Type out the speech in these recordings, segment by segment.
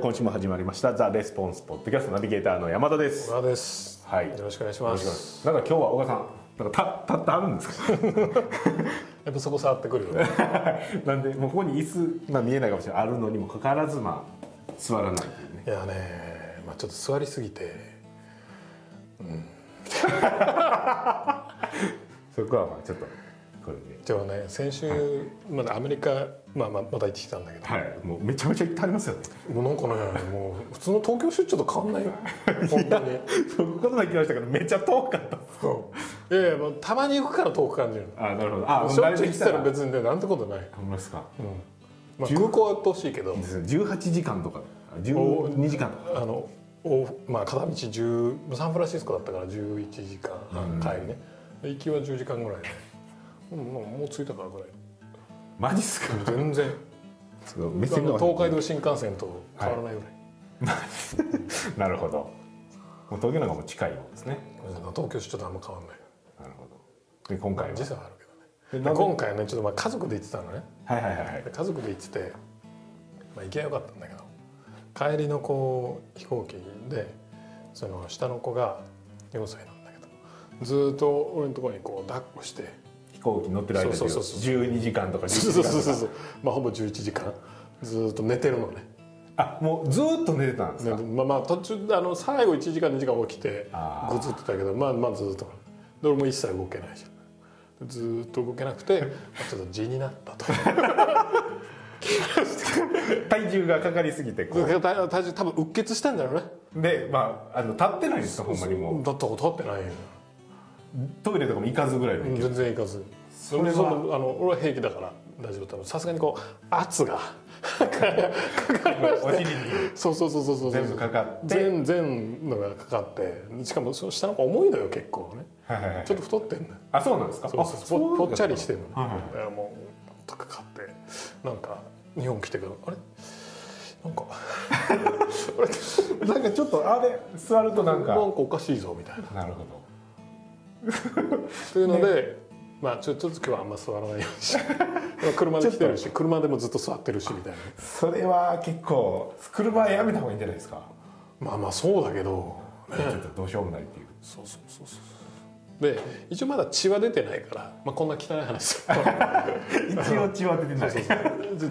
今週も始まりました「ザ・レスポンスポッドキャストナビゲーターの山田です。小川です。はいよろしくお願いします。なんか今日は小川さんなんかたたってあるんです かやっぱそこ触ってくるよね。なんでもうここに椅子、まあ、見えないかもしれないあるのにもかかわらずまあ座らないというね いやね、まあちょっと座りすぎて、そこはまあちょっとこれででもね、先週まだアメリカ、まあまあまた行ってきたんだけど、はいもうめちゃめちゃいっぱいありますよねもうなんかね、もう普通の東京出張と変わん ないよ。本当に。そこから来ましたけどめっちゃ遠かったそういやいや、もうたまに行くから遠く感じる。あなるほどあしょっち慣ゅうれて来きたら別にね、なんてことない。ほんまですか、まあ空港はうっとうしいけどで、すね18時間とかあ12時間とかあのおまあ片道10サンフランシスコだったから11時間半帰りね、で行きは10時間ぐらいで、うんもうもう着いたからぐらいマジっす か全然すごい目あ線がの東海道新幹線と変わらないぐらい、なるほどもう東京なんかも近いもんですねうん東京市ちょっとあんま変わらないなるほどで今回は時差はあるけどねででなんで今回はねちょっとまあ家族で行ってたのねはいはいはいはいで家族で行ってて、まあ、行けばよかったんだけど帰りのこう飛行機でその下の子が4歳なんだけどずーっと俺のところにこう抱っこして。飛行機乗ってる間でそうそうそうそ12時間とか11時そう間とかそうそうそう まあほぼ11時間ずーっと寝てるのねあもうずーっと寝てたんですねか、まあまあ途中あの最後1時間2時間起きてあーぐずってたけどまあまあずーっとで俺も一切動けないじゃんずーっと動けなくてまあちょっと地になったと 体重がかかりすぎてこ体体重多分うっ血したんだろうねうでまああの立ってないんですかほんまにもうだったこと立ってないよトイレとかも行かずぐらいの勢い全然いかずそれはでのあの俺は平気だから大丈夫多分さすがにこう圧がかかりましおて尻にそうそうそうそうそう全部かかって全全のがかかってしかもその下の子重いのよ結構ねはいはいはいちょっと太ってんのよあそうなんですかそうそうそうぽぽっちゃりしててんのねはいはいはいだからもうなんとかかってなんか日本来てからあれな んかあれなんかちょっとあれ座るとなんなんかかおかしいぞみたいななるほどというので、まあちょちょっと今日はあんま座らないようにして車で来てるし車でもずっと座ってるしみたいなそれは結構車やめた方がいいんじゃないですか、まあまあそうだけどちょっとどうしようもないっていうそうそうそうそうで一応まだ血は出てないから、まあ、こんな汚い話 すると一応血は出てない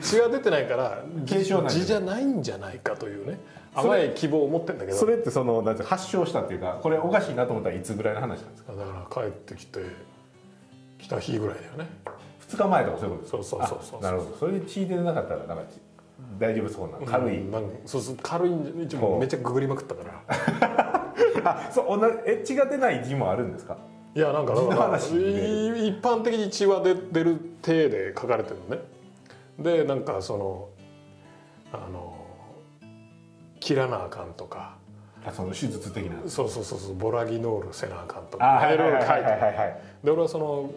血は出てないから軽症なんだ字じゃないんじゃないかというねそれ甘い希望を持ってんだけどそれってそのなんていうの発症したっていうかこれおかしいなと思ったらいつぐらいの話なんですかだから帰ってきて来た日ぐらいだよね2日前とかそういうことですかそうそうそうそうあなるほどそれで血出なかったらなんか大丈夫そうな軽い、うんなんかそうそう軽いんじゃ一こ応うめっちゃググりまくったから あそう同じえ血が出ない字もあるんですかいやなんかだ字のから話い一般的に血は出出る体で書かれてるのねでなんかそのあの切らなあかんとかあその手術的なそうそうそうそうボラギノールせなあかんとかあああはいいはろいいろはい書いてはあいるはいはいで俺はその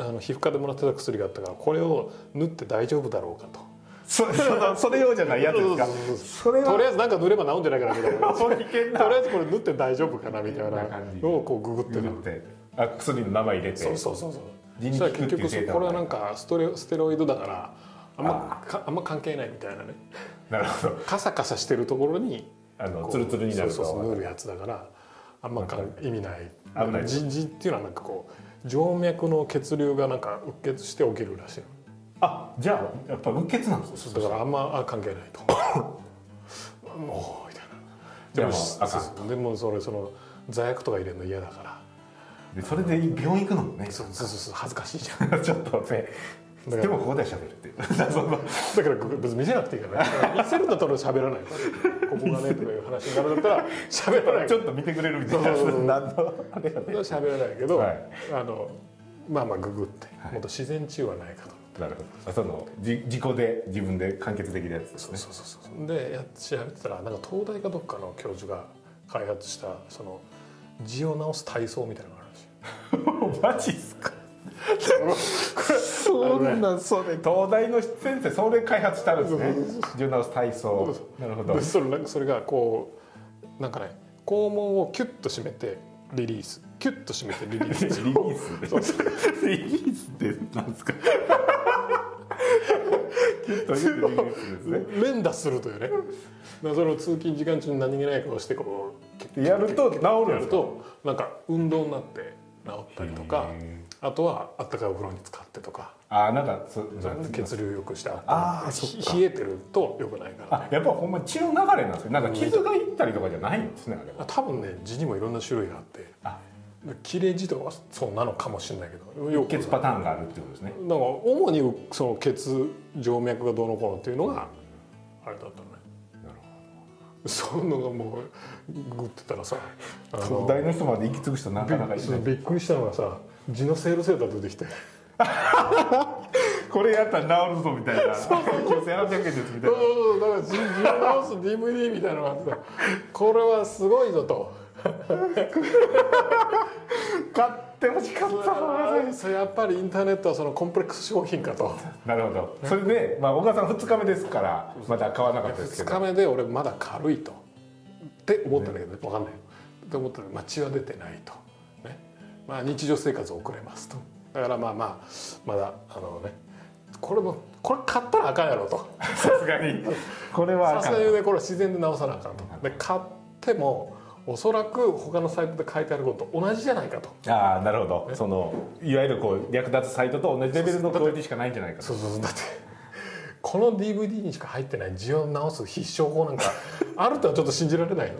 あの皮膚科でもらってた薬があったからこれを塗って大丈夫だろうかとそそそれ用じゃないやつですかそうそうそうそそうれとりはあえずなんか塗れば治んじゃないかなみたいなそれ危険な とりあえずこれ塗って大丈夫かなみたないな感じのをこうググってるってあ薬の名前入れてそうそうそうそう人そにしたら聞くっ結ていう局データこもなれいはなんかストレステロイドだからあんまかあんま関係ないみたいなねなるほどカサカサしてるところにあのこうツルツルになるそうそうとそう塗るやつだからあんまか意味ない危ないじじっていうのはなんかこう静脈の血流がなんかうっ血して起きるらしいのあじゃあやっぱうっ血なんですねそうだからあんまあ関係ないともうみたいなでいやもまああかそんうそうでもそれその座薬とか入れるの嫌だからでそれで病院行くのもねちそうそうそうそう恥ずかしいじゃ んょっとねでもここでは喋るっていう そのだからここ別に見せなくていいからね見せるんだったら俺喋らないからここがねとかいう話になるんだったら喋らないちかょっと見てくれるみたいな そうそうそう何のあれやねら喋らないけど、はいあのまあまあググって、もっと自然治癒はないかとなるほどあそのじ自己で自分で完結できるやつですねそうそうそうそうでやっ調べてたらなんか東大かどっかの教授が開発したその字を治す体操みたいなのがあるんです よマジっすかそんなそれ東大の先生それ開発したんですね柔軟体操なるほどでそれなんかそれがこうなんかね肛門をキュッと締めてリリースキュッと締めてリリースリリースリリースってなんですかというリリースですね連打するというねだからそれを通勤時間中に何気ない顔してこうやると治るやんでるすかとなんか運動になって治ったりとかへあとはあったかいお風呂に浸かってとかあーなんかそなんか血流良くしてああーそっか冷えてると良くないかあらやっぱほんま血の流れなんですねなんか傷がいったりとかじゃないんですねあれは多分ね字にもいろんな種類があってあ切れ字とかはそうなのかもしれないけどよく血パターンがあるってことですねなんか主にその血静脈がどうのこうのっていうのがあれだったのねなるそういうのがもうグッてたらさあ東の大の人まで息継ぐ人なかなかいないびっくりしたのがさ地のセールセーター出 てきて「これやったら治るぞみたい な9800円ですみたいどな うぞどうぞだから地の治す DVD みたいなのがあってさこれはすごいぞ」 と買ってほしかったそれやっぱりインターネットはそのコンプレックス商品かとなるほどそれで、まあ、岡さん2日目ですからまだ買わなかったです2けど日目で俺まだ軽いとって思ったんだけど、ね、分かんないよって思ったら街は出てないと、ねまあ、日常生活遅れますとだからまあまあまだあのねこれもこれ買ったらあかんやろとさすがに これはさあすかんがにねこれは自然で直さなあかんとで買ってもおそらく他のサイトで書いてあることと同じじゃないかとああなるほどそのいわゆるこう略奪サイトと同じレベルのクオリティしかないんじゃないかとそうそうそうだってこの DVD にしか入ってない需要を直す必勝法なんかあ るとはちょっと信じられないよね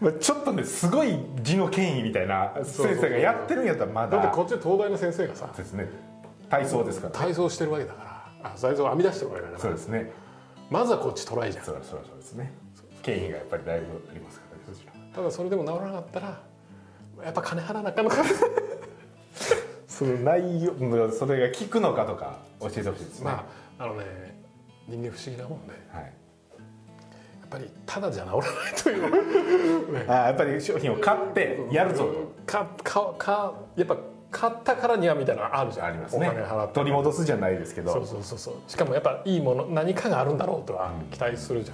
まあちょっとねすごい字の権威みたいなそうそう先生がやってるんやったらまだってだこっちの東大の先生がさですね体操ですから体操してるわけだからあ体操を編み出してるわけだかそうらですねまずはこっちトライじゃんそうそうそうですね権威がやっぱりだいぶありますからねそちらただそれでも治らなかったらやっぱ金払わなあかんのかその内容うんそれが効くのかとか教えてほしいですね、まああのね人間不思議なもんでやはい、っぱりただじゃ治らないというあーやっぱり商品を買ってやるぞとかかかやっぱ買ったからにはみたいなのあるじゃんありますねお金払って取り戻すじゃないですけどそうそうそうそうしかもやっぱいいもの何かがあるんだろうとは期待するじ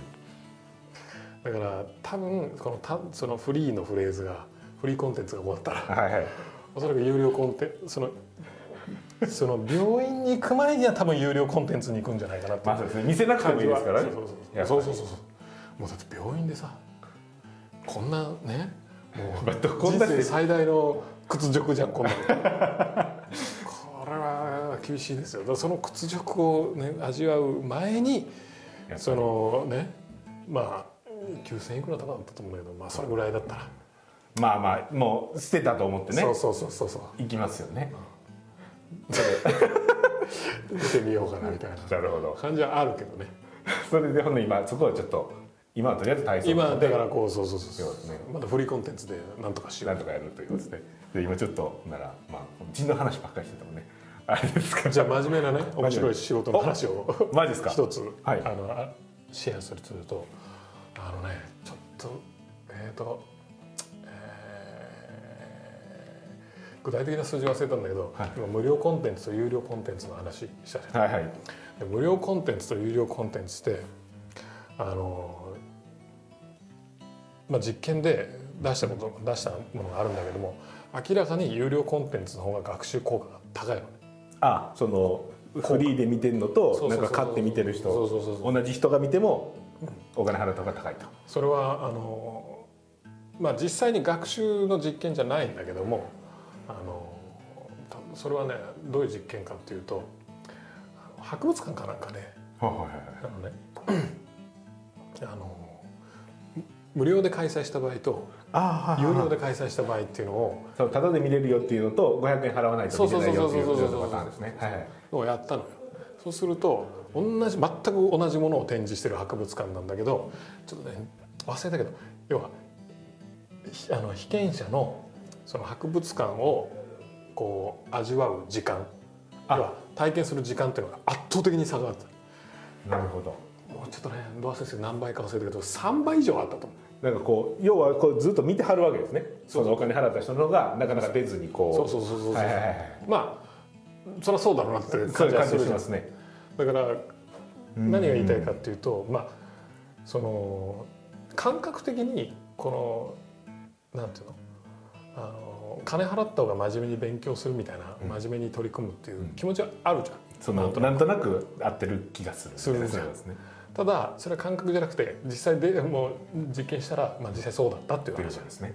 ゃん、だから多分このたそのフリーのフレーズがフリーコンテンツが終わったらはいはいおそらく有料コンテンツそのその病院に行く前には多分有料コンテンツに行くんじゃないかなっていまあそうですね見せなうくてもいいですからねそうやっぱりそうそうそうそうそうそうもうだって病院でさこんなねもまあどうこん人だけ生最大の屈辱じゃんこんなのこれは厳しいですよだからその屈辱をね味わう前にやっぱりそのねまあ9,000いくらとかだったと思うんだけどまあそれぐらいだったら、まあまあもう捨てたと思ってねそうそうそうそうそう行きますよね見てみようかなみたいななるほど感じはあるけどねそれでほんの今そこはちょっと今はとりあえず体操今だからこうそうそうそうそうですねまだフリーコンテンツでなんとかしよなんとかやるということですねで今ちょっとならまあ人の話ばっかりしててもねあれですかうらじゃあ真面目なね面白い仕事の話をマジですか一つ、はいあのあシェアするとするとあのねちょっとえっ、と、えー具体的な数字忘れたんだけど、はい今無料コンテンツと有料コンテンツの話したじゃんはいはいで無料コンテンツと有料コンテンツってあの、まあ、実験で出したこと出したものがあるんだけども明らかに有料コンテンツの方が学習効果が高いのねあそのフリーで見てるのとそうなそんうそうか買って見てるそう人そうそうそう同じ人が見てもお金払った方が高いとそれはあの、まあ、実際に学習の実験じゃないんだけどもあのたそれはねどういう実験かっていうとあの博物館かなんかで、はいはいはいあのねあの無料で開催した場合とああ有料で開催した場合っていうのをそうタダで見れるよっていうのと500円払わないと見れないよっていうそうそうそうそよううなパターンですねはいはいをやったのよそうすると同じ全く同じものを展示してる博物館なんだけどちょっとね忘れたけど要はひあの被験者のその博物館をこう味わう時間あ要は体験する時間っていうのが圧倒的に差があったなるほどもうちょっとねどうせ何倍か忘れたけど3倍以上あったと思うなんかこう要はこうずっと見てはるわけですねそのお金払った人の方がなかなか出ずにこうそうそうそうそうそう、はいはいはいはいまあそりゃそうだろうなってそう感いじうは感すじしるじゃんますねだから何が言いたいかっていうとまあその感覚的にこのなんていうのあの金払った方が真面目に勉強するみたいな真面目に取り組むっていう気持ちはあるじゃん、そのなんとなく合ってる気がするするみんたですいよなそうですねただそれは感覚じゃなくて実際でもう実験したら、まあ、実際そうだったっていっうていう話ことですね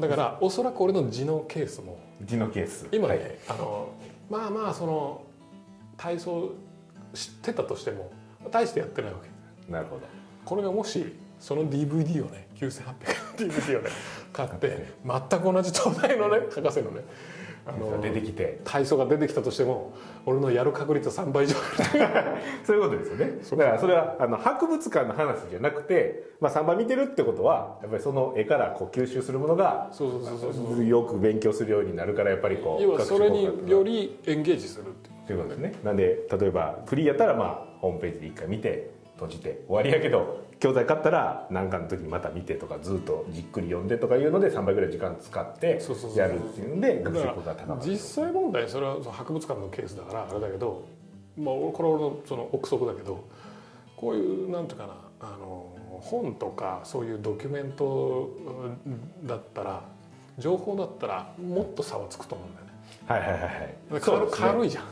だからおそらく俺の地のケースも字のケース今ね、はいあのまあまあその体操知ってたとしても大してやってないわけなるほどこれがもしその DVD をね9800円の DVD をね買って全く同じ東大のね博士のねあの出てきて体操が出てきたとしても俺のやる確率は3倍以上あるそういうことですよねだからそれはあの博物館の話じゃなくて、まあ、3番見てるってことはやっぱりその絵からこう吸収するものがそうそうそうそうそうよく勉強するようになるからやっぱりこう要はそれに各種よりエンゲージするっていうということですねなんで例えばフリーやったらまあホームページで一回見て閉じて終わりやけど教材買ったら何かの時にまた見てとかずっとじっくり読んでとかいうので3倍ぐらい時間使ってそうそうそうやるっていうので学習効果がだ高からまる実際問題それはその博物館のケースだからあれだけど、まあ、俺これは俺のその憶測だけどこういうなんていうかなあの本とかそういうドキュメントうんだったら情報だったらもっと差はつくと思うんだよね。はいはいはいはいだかそらう軽ですね軽いじゃん、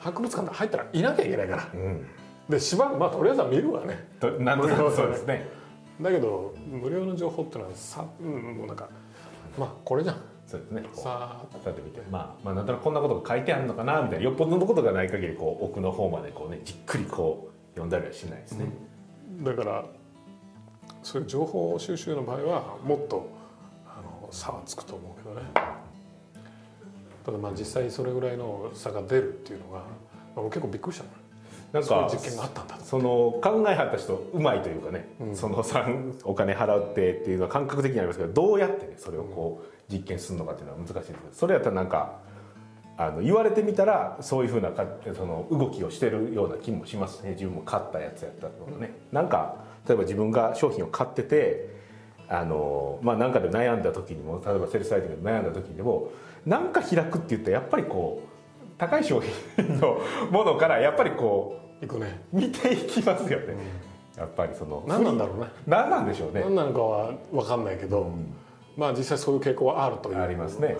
博物館入ったらいなきゃいけないからうんでしばらくまあとりあえずは見るわねとなんとなくそうですねだけど無料の情報ってのはさ、うん、もうなんかまあこれじゃんそうですねこうさあさてみてまあまあなんとなくこんなことが書いてあるのかなみたいなよっぽどのことがない限りこう奥の方までこうねじっくりこう読んだりはしないですね、だからそういう情報収集の場合はもっとあの差はつくと思うけどねただまあ実際それぐらいの差が出るっていうのが俺結構びっくりしたのなんそういうか実験があったんだとその考えはった人うまいというかね、そのさんお金払ってっていうのは感覚的にありますけどどうやってねそれをこう実験するのかっていうのは難しいんですけどそれやったらなんかあの言われてみたらそういうふうなかその動きをしてるような気もしますね自分も買ったやつやったとかね、なんか例えば自分が商品を買っててあのまあなんかで悩んだ時にも例えばセールスサイトで悩んだ時にでもなんか開くって言ったらやっぱりこう高い商品のものからやっぱりこういくね見ていきますよね、やっぱりその何なんだろうね何なんでしょうね何なのかは分かんないけど、まあ実際そういう傾向はあるというあります ね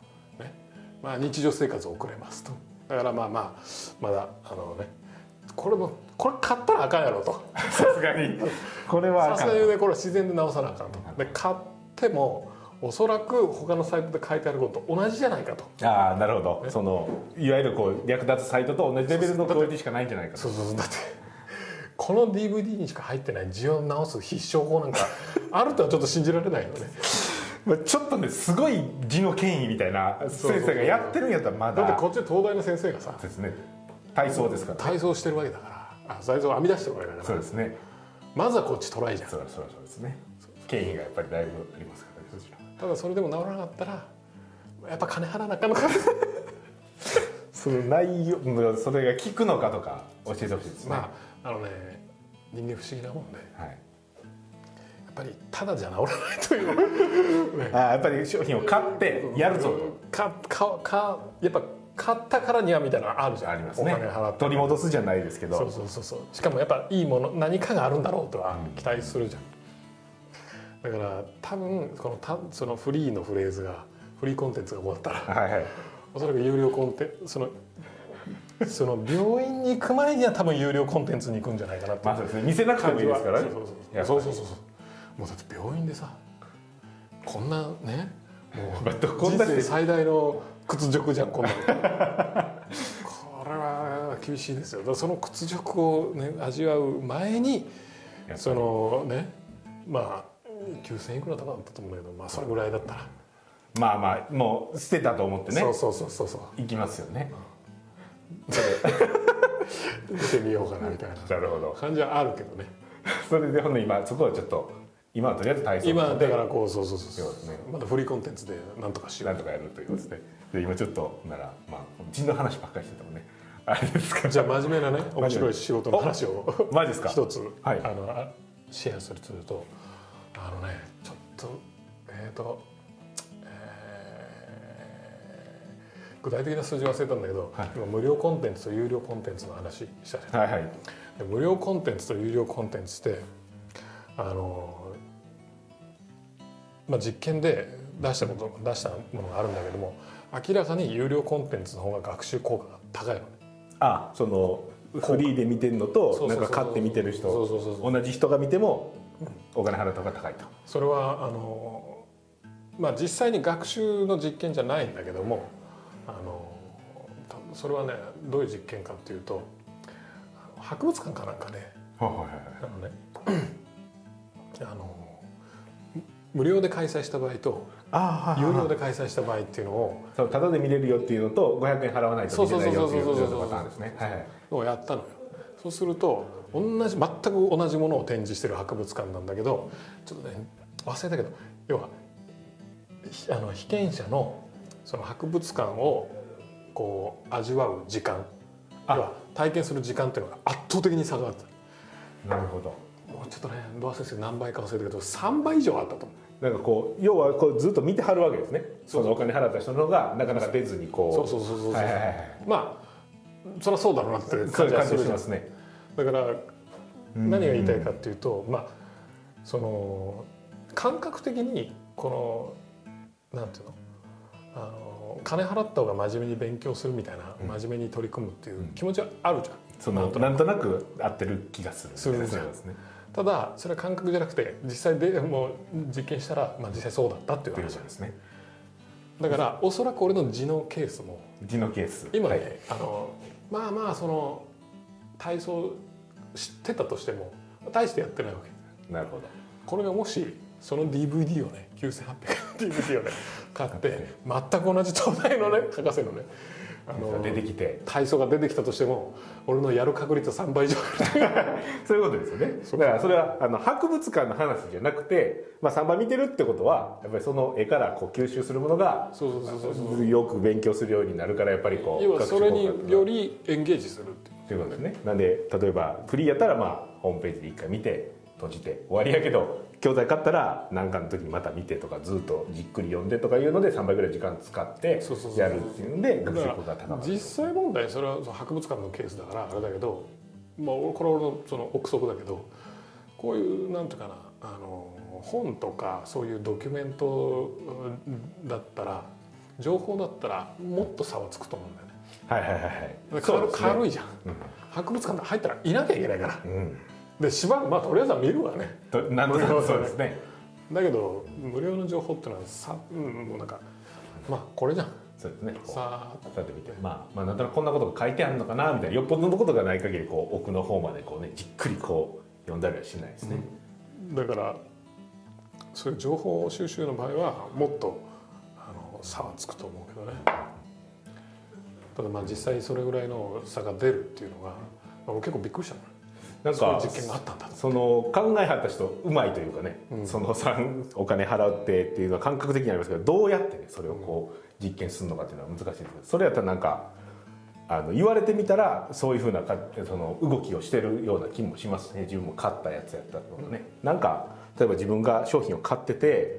まあ、日常生活を送れますとだからまあまあまだあのねこれもこれ買ったらあかんやろとさすがにこれはさあすかんがにねこれは自然で直さなあかんとで買ってもおそらく他のサイトで書いてあることと同じじゃないかとああなるほどそのいわゆるこう役立つサイトと同じレベルのクオリティしかないんじゃないかとそうそうそうだってこの DVD にしか入ってない需要を直す必勝法なんかあるとはちょっと信じられないよ ねまあちょっとねすごい字の権威みたいなそうそう先生がやってるんやったらまだってだこっちの東大の先生がさですね体操ですから体操してるわけだからあ体操を編み出してるわけだかそうらですねまずはこっちトライじゃんそうそうそうですね権威がやっぱりだいぶありますからねそちらただそれでも治らなかったらやっぱ金払わなあかんのかその内容それが効くのかとか教えてほしいですね、まああのね人間不思議なもんで、はいやっぱりただじゃ治らないというあーやっぱり商品を買ってやるぞとかかかやっぱ買ったからにはみたいなのあるじゃんありますねお金払って取り戻すじゃないですけどそうそうそうそうしかもやっぱいいもの何かがあるんだろうとは期待するじゃん、だから多分このたそのフリーのフレーズがフリーコンテンツが終わったらはいはいおそらく有料コンテンツそのその病院に行く前には多分有料コンテンツに行くんじゃないかなっていまあうそうですね見せなくて感もいじいではすからねやっぱそうりそうそうそうそうそうもうだって病院でさこんなねもうまあどこ人んだけ生最大の屈辱じゃんこんなのこれは厳しいですよだからその屈辱を、ね、味わう前にやっぱりそのねまあ9,000いくらとかだったと思うんだけどまあそれぐらいだったら、まあまあもう捨てたと思ってねそうそうそうそうそう行きますよね見てみようかなみたいななるほど感じはあるけどねそれでほんの今そこはちょっと今はとりあえず体操今だからこうそうそうそうそうですねまだフリーコンテンツでなんとかしよなんとかやるということですねで今ちょっとならまあ人の話ばっかりしててもねあれですかうじゃあ真面目なね面白い仕事の話をマジですか一つ、はいあのあシェアするとするとあのねちょっとえっ、と、えー具体的な数字忘れたんだけど、はい今無料コンテンツと有料コンテンツの話したじゃんはいはいで無料コンテンツと有料コンテンツってあの、まあ、実験で出したこと出したものがあるんだけども明らかに有料コンテンツの方が学習効果が高いのねああそのフリーで見てるのとそうなそんうそうか買って見てる人そうそうそうそ同じ人が見てもお金払った方が高いと。それはあのまあ実際に学習の実験じゃないんだけどもあのたそれはねどういう実験かっていうとあの博物館かなんかねはいはいはいあのねあの無料で開催した場合とあ有料でで開催した場合っていうのをそうタダで見れるよっていうのと500円払わないと見れないよっていうそうそうそうそうのパターンですね。はいはいをやったのよ。そうすると同じ全く同じものを展示してる博物館なんだけどちょっとね忘れたけど要はひあの被験者のその博物館をこう味わう時間あ要は体験する時間っていうのが圧倒的に差があったなるほど。もうちょっとねどう忘れて何倍か忘れたけど3倍以上あったと思う。なんかこう要はこうずっと見てはるわけですね。そそうそうのお金払った人の方がなかなか出ずにこう。そうそうそうそうそう、はいはいはいはい。まあそりゃそうだろうなってそう感いじうは感すじるしじゃんますね。だから何が言いたいかっていうと、まあその感覚的にこのなんていうのあの金払った方が真面目に勉強するみたいな、うん真面目に取り組むっていううん気持ちはあるじゃん。そのなんとなく合ってる気がするみたいなするんですね。ただそれは感覚じゃなくて実際でもう実験したら、まあ、実際そうだったっていうという話ことですね。だからおそらく俺の地のケースも字のケース。今ね、はいあのまあまあその体操知ってたとしても大してやってないわけなるほど。これがもしその DVD をね9800円の DVD をね 買って全く同じ東大のね博士のねあの出てきて体操が出てきたとしても俺のやる確率は3倍以上あるそういうことですよね。だからそれはあの博物館の話じゃなくて、まあ三番見てるってことはやっぱりその絵からこう吸収するものがそうそうそうそうそうよく勉強するようになるからやっぱりこう。要はそれに各種効果よりエンゲージするっていうということですね。なんで例えばフリーやったらまあホームページで一回見て閉じて終わりやけど教材買ったら何かの時にまた見てとかずっとじっくり読んでとかいうので3倍ぐらい時間使ってそうそうそうそうやるっていうんでだ学習効果が高からまる実。際問題それはその博物館のケースだからあれだけど、まあ、俺これは俺のその憶測だけどこういうなんていうかなあの本とかそういうドキュメントうんだったら情報だったらもっと差はつくと思うんだよね。はいはいはいはい。軽軽い。いじゃん、うん博物館入ったらいなきゃいけないからうん。でしばらくまあとりあえずは見るわねとなんとなくそうですね。だけど無料の情報ってのはさ、うん、もうなんかまあこれじゃんそうですね。こうさあさて見て、まあ、まあ、なんとなくこんなことが書いてあるのかなみたいな、よっぽどのことがない限り、こう奥の方までこうね、じっくりこう読んだりはしないですね。だからそういう情報収集の場合はもっとあの差はつくと思うけどねただまあ実際それぐらいの差が出るっていうのが俺結構びっくりしたのねなんそういかう、実験があったんだとその考えはった人、うまいというかね、そのさんお金払ってっていうのは感覚的にありますけど、どうやってね、それをこう実験するのかっていうのは難しいですけど、それやったらなんか。あの言われてみたらそういうふうなかその動きをしてるような気もしますね自分も買ったやつやったとかね、なんか例えば自分が商品を買ってて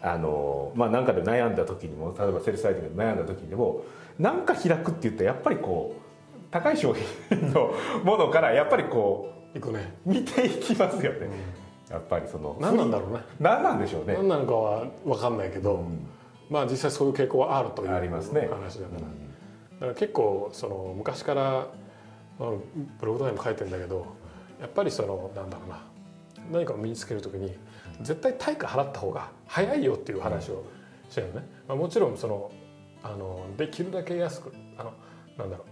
あのまあ何かで悩んだ時にも例えばセールスサイトで悩んだ時にでも何か開くって言ったらやっぱりこう高い商品のものからやっぱりこいくねう見ていきますよね、やっぱりその何なんだろうね何なんでしょうね何なのかは分かんないけど、まあ実際そういう傾向はあるというありますね話だから、だから結構その昔からあのブログとかにも書いてんだけどやっぱりそのなんだろうな何かを身につけるときに絶対対価払った方が早いよっていう話をしてるのね、まあ、もちろんそのあのできるだけ安くあのなんだろう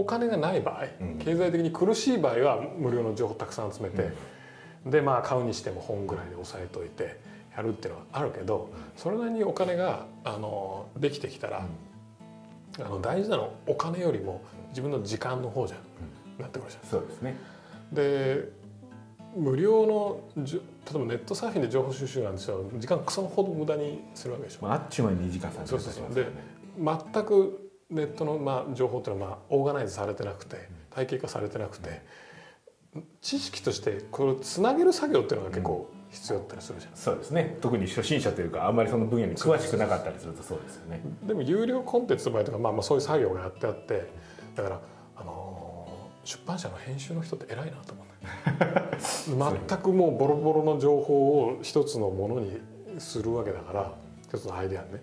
お金がない場合、うん経済的に苦しい場合は無料の情報たくさん集めて、でまあ買うにしても本ぐらいで抑えといてやるっていうのはあるけどそれなりにお金があのできてきたら、あの大事なのはお金よりも自分の時間の方じゃん、なってくるじゃん。そうですねで無料のじゅ例えばネットサーフィンで情報収集なんですよ時間クソほど無駄にするわけでしょまああっちゅう間に2時間3時そう間そうそう経ちますよね全くネットのまあ情報っていうのはまあオーガナイズされてなくて体系化されてなくて知識としてこれをつなげる作業っていうのが結構必要だったりするじゃそうですね特に初心者というかあんまりその分野に詳しくなかったりするとそうですよねん。でも有料コンテンツの場合とかまあまあそういう作業がやってあってだからあのー出版社の編集の人って偉いなと思うね全くもうボロボロの情報を一つのものにするわけだから一つのアイデアにね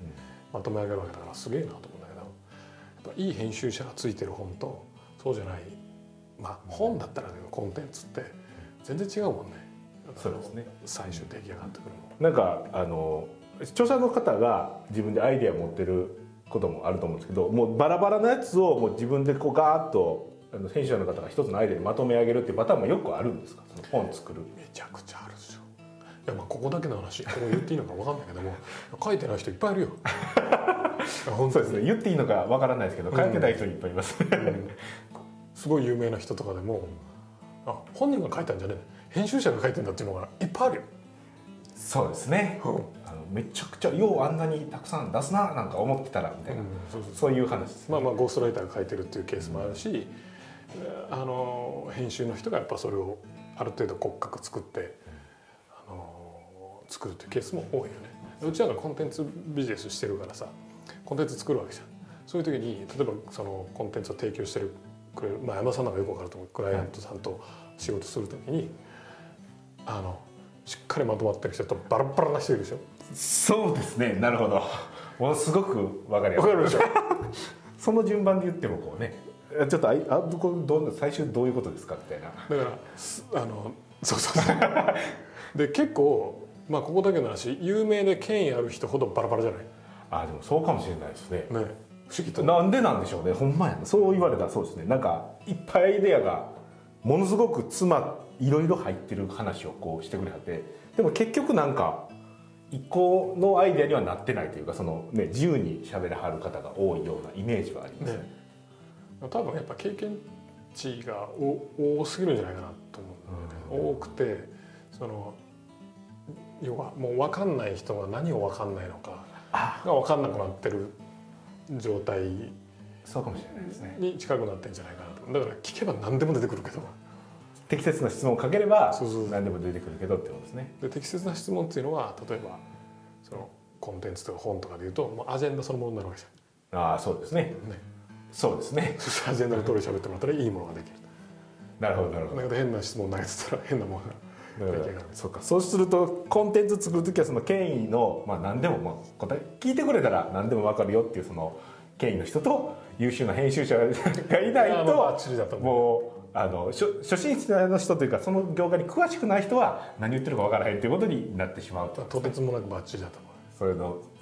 まとめ上げるわけだからすげえなと思うんだけどやっぱいい編集者がついてる本とそうじゃないまあ本だったらねコンテンツって全然違うもんねそうですね最終出来上がってくるなんかあの著者の方が自分でアイデア持ってることもあると思うんですけどもうバラバラなやつをもう自分でこうガーッとあの編集者の方が一つのアイデアにまとめ上げるっていうパターンもよくあるんですかその本作るのめちゃくちゃあるでしょいやまあここだけの話こう言っていいのか分かんないけども 書いてない人いっぱいいるよ いや本そ当うにですね言っていいのかわからないですけど書いてない人いっぱいいます、すごい有名な人とかでもあ本人が書いたんじゃねえ編集者が書いてんだっていうのがいっぱいあるよそうですねあのめちゃくちゃようあんなにたくさん出すななんか思ってたらみたいな、そうそうそういう話です、まあまあゴーストライターが書いてるっていうケースもあるし、あの編集の人がやっぱそれをある程度骨格作って、あの作るっていうケースも多いよね。うちなんかコンテンツビジネスしてるからさコンテンツ作るわけじゃん。そういう時に例えばそのコンテンツを提供してるくれる、まあ、山田さんなんかよくわかると思うクライアントさんと仕事する時に、あのしっかりまとまってる人とバラッバラな人いるでしょ。そうですねなるほどものすごくわかりやわすかいるでしょその順番で言ってもこうねえちょっとあいあこれどんな最終どういうことですかみたいなだからすあのそうそうそうで結構まあここだけの話有名で権威ある人ほどバラバラじゃないあでもそうかもしれないですねね不思議となんでなんでしょうねほんまやなそう言われたらそうですねなんかいっぱいアイデアがものすごく詰まいろいろ入ってる話をこうしてくれはってでも結局なんか一個のアイデアにはなってないというかその、ね、自由に喋らはる方が多いようなイメージはありますねね多分やっぱ経験値がお多すぎるんじゃないかなと思うんだよね、多くてその要はもう分かんない人が何を分かんないのかが分かんなくなってる状態そうかもしれないですねに近くなってんじゃないかなとだから聞けば何でも出てくるけど適切な質問をかければそうそうそう何でも出てくるけどってことですねで適切な質問っていうのは例えばそのコンテンツとか本とかでいうともうアジェンダそのものになるわけじああそうですね ゃん、ね、そうですねそしてアジェンダの通り喋ってもらったらいいものができるなるほどなるほどだけど変な質問投げてたら変なものがだから出来上がるそうかそうするとコンテンツ作る時はその権威の、まあ、何でもまあ答え聞いてくれたら何でも分かるよっていうその権威の人と優秀な編集者がいないあまあバッとチリだと思うもうあの初初心者の人というかその業界に詳しくない人は何言ってるか分からへんということになってしまうととてつもなくバッチリだと思それの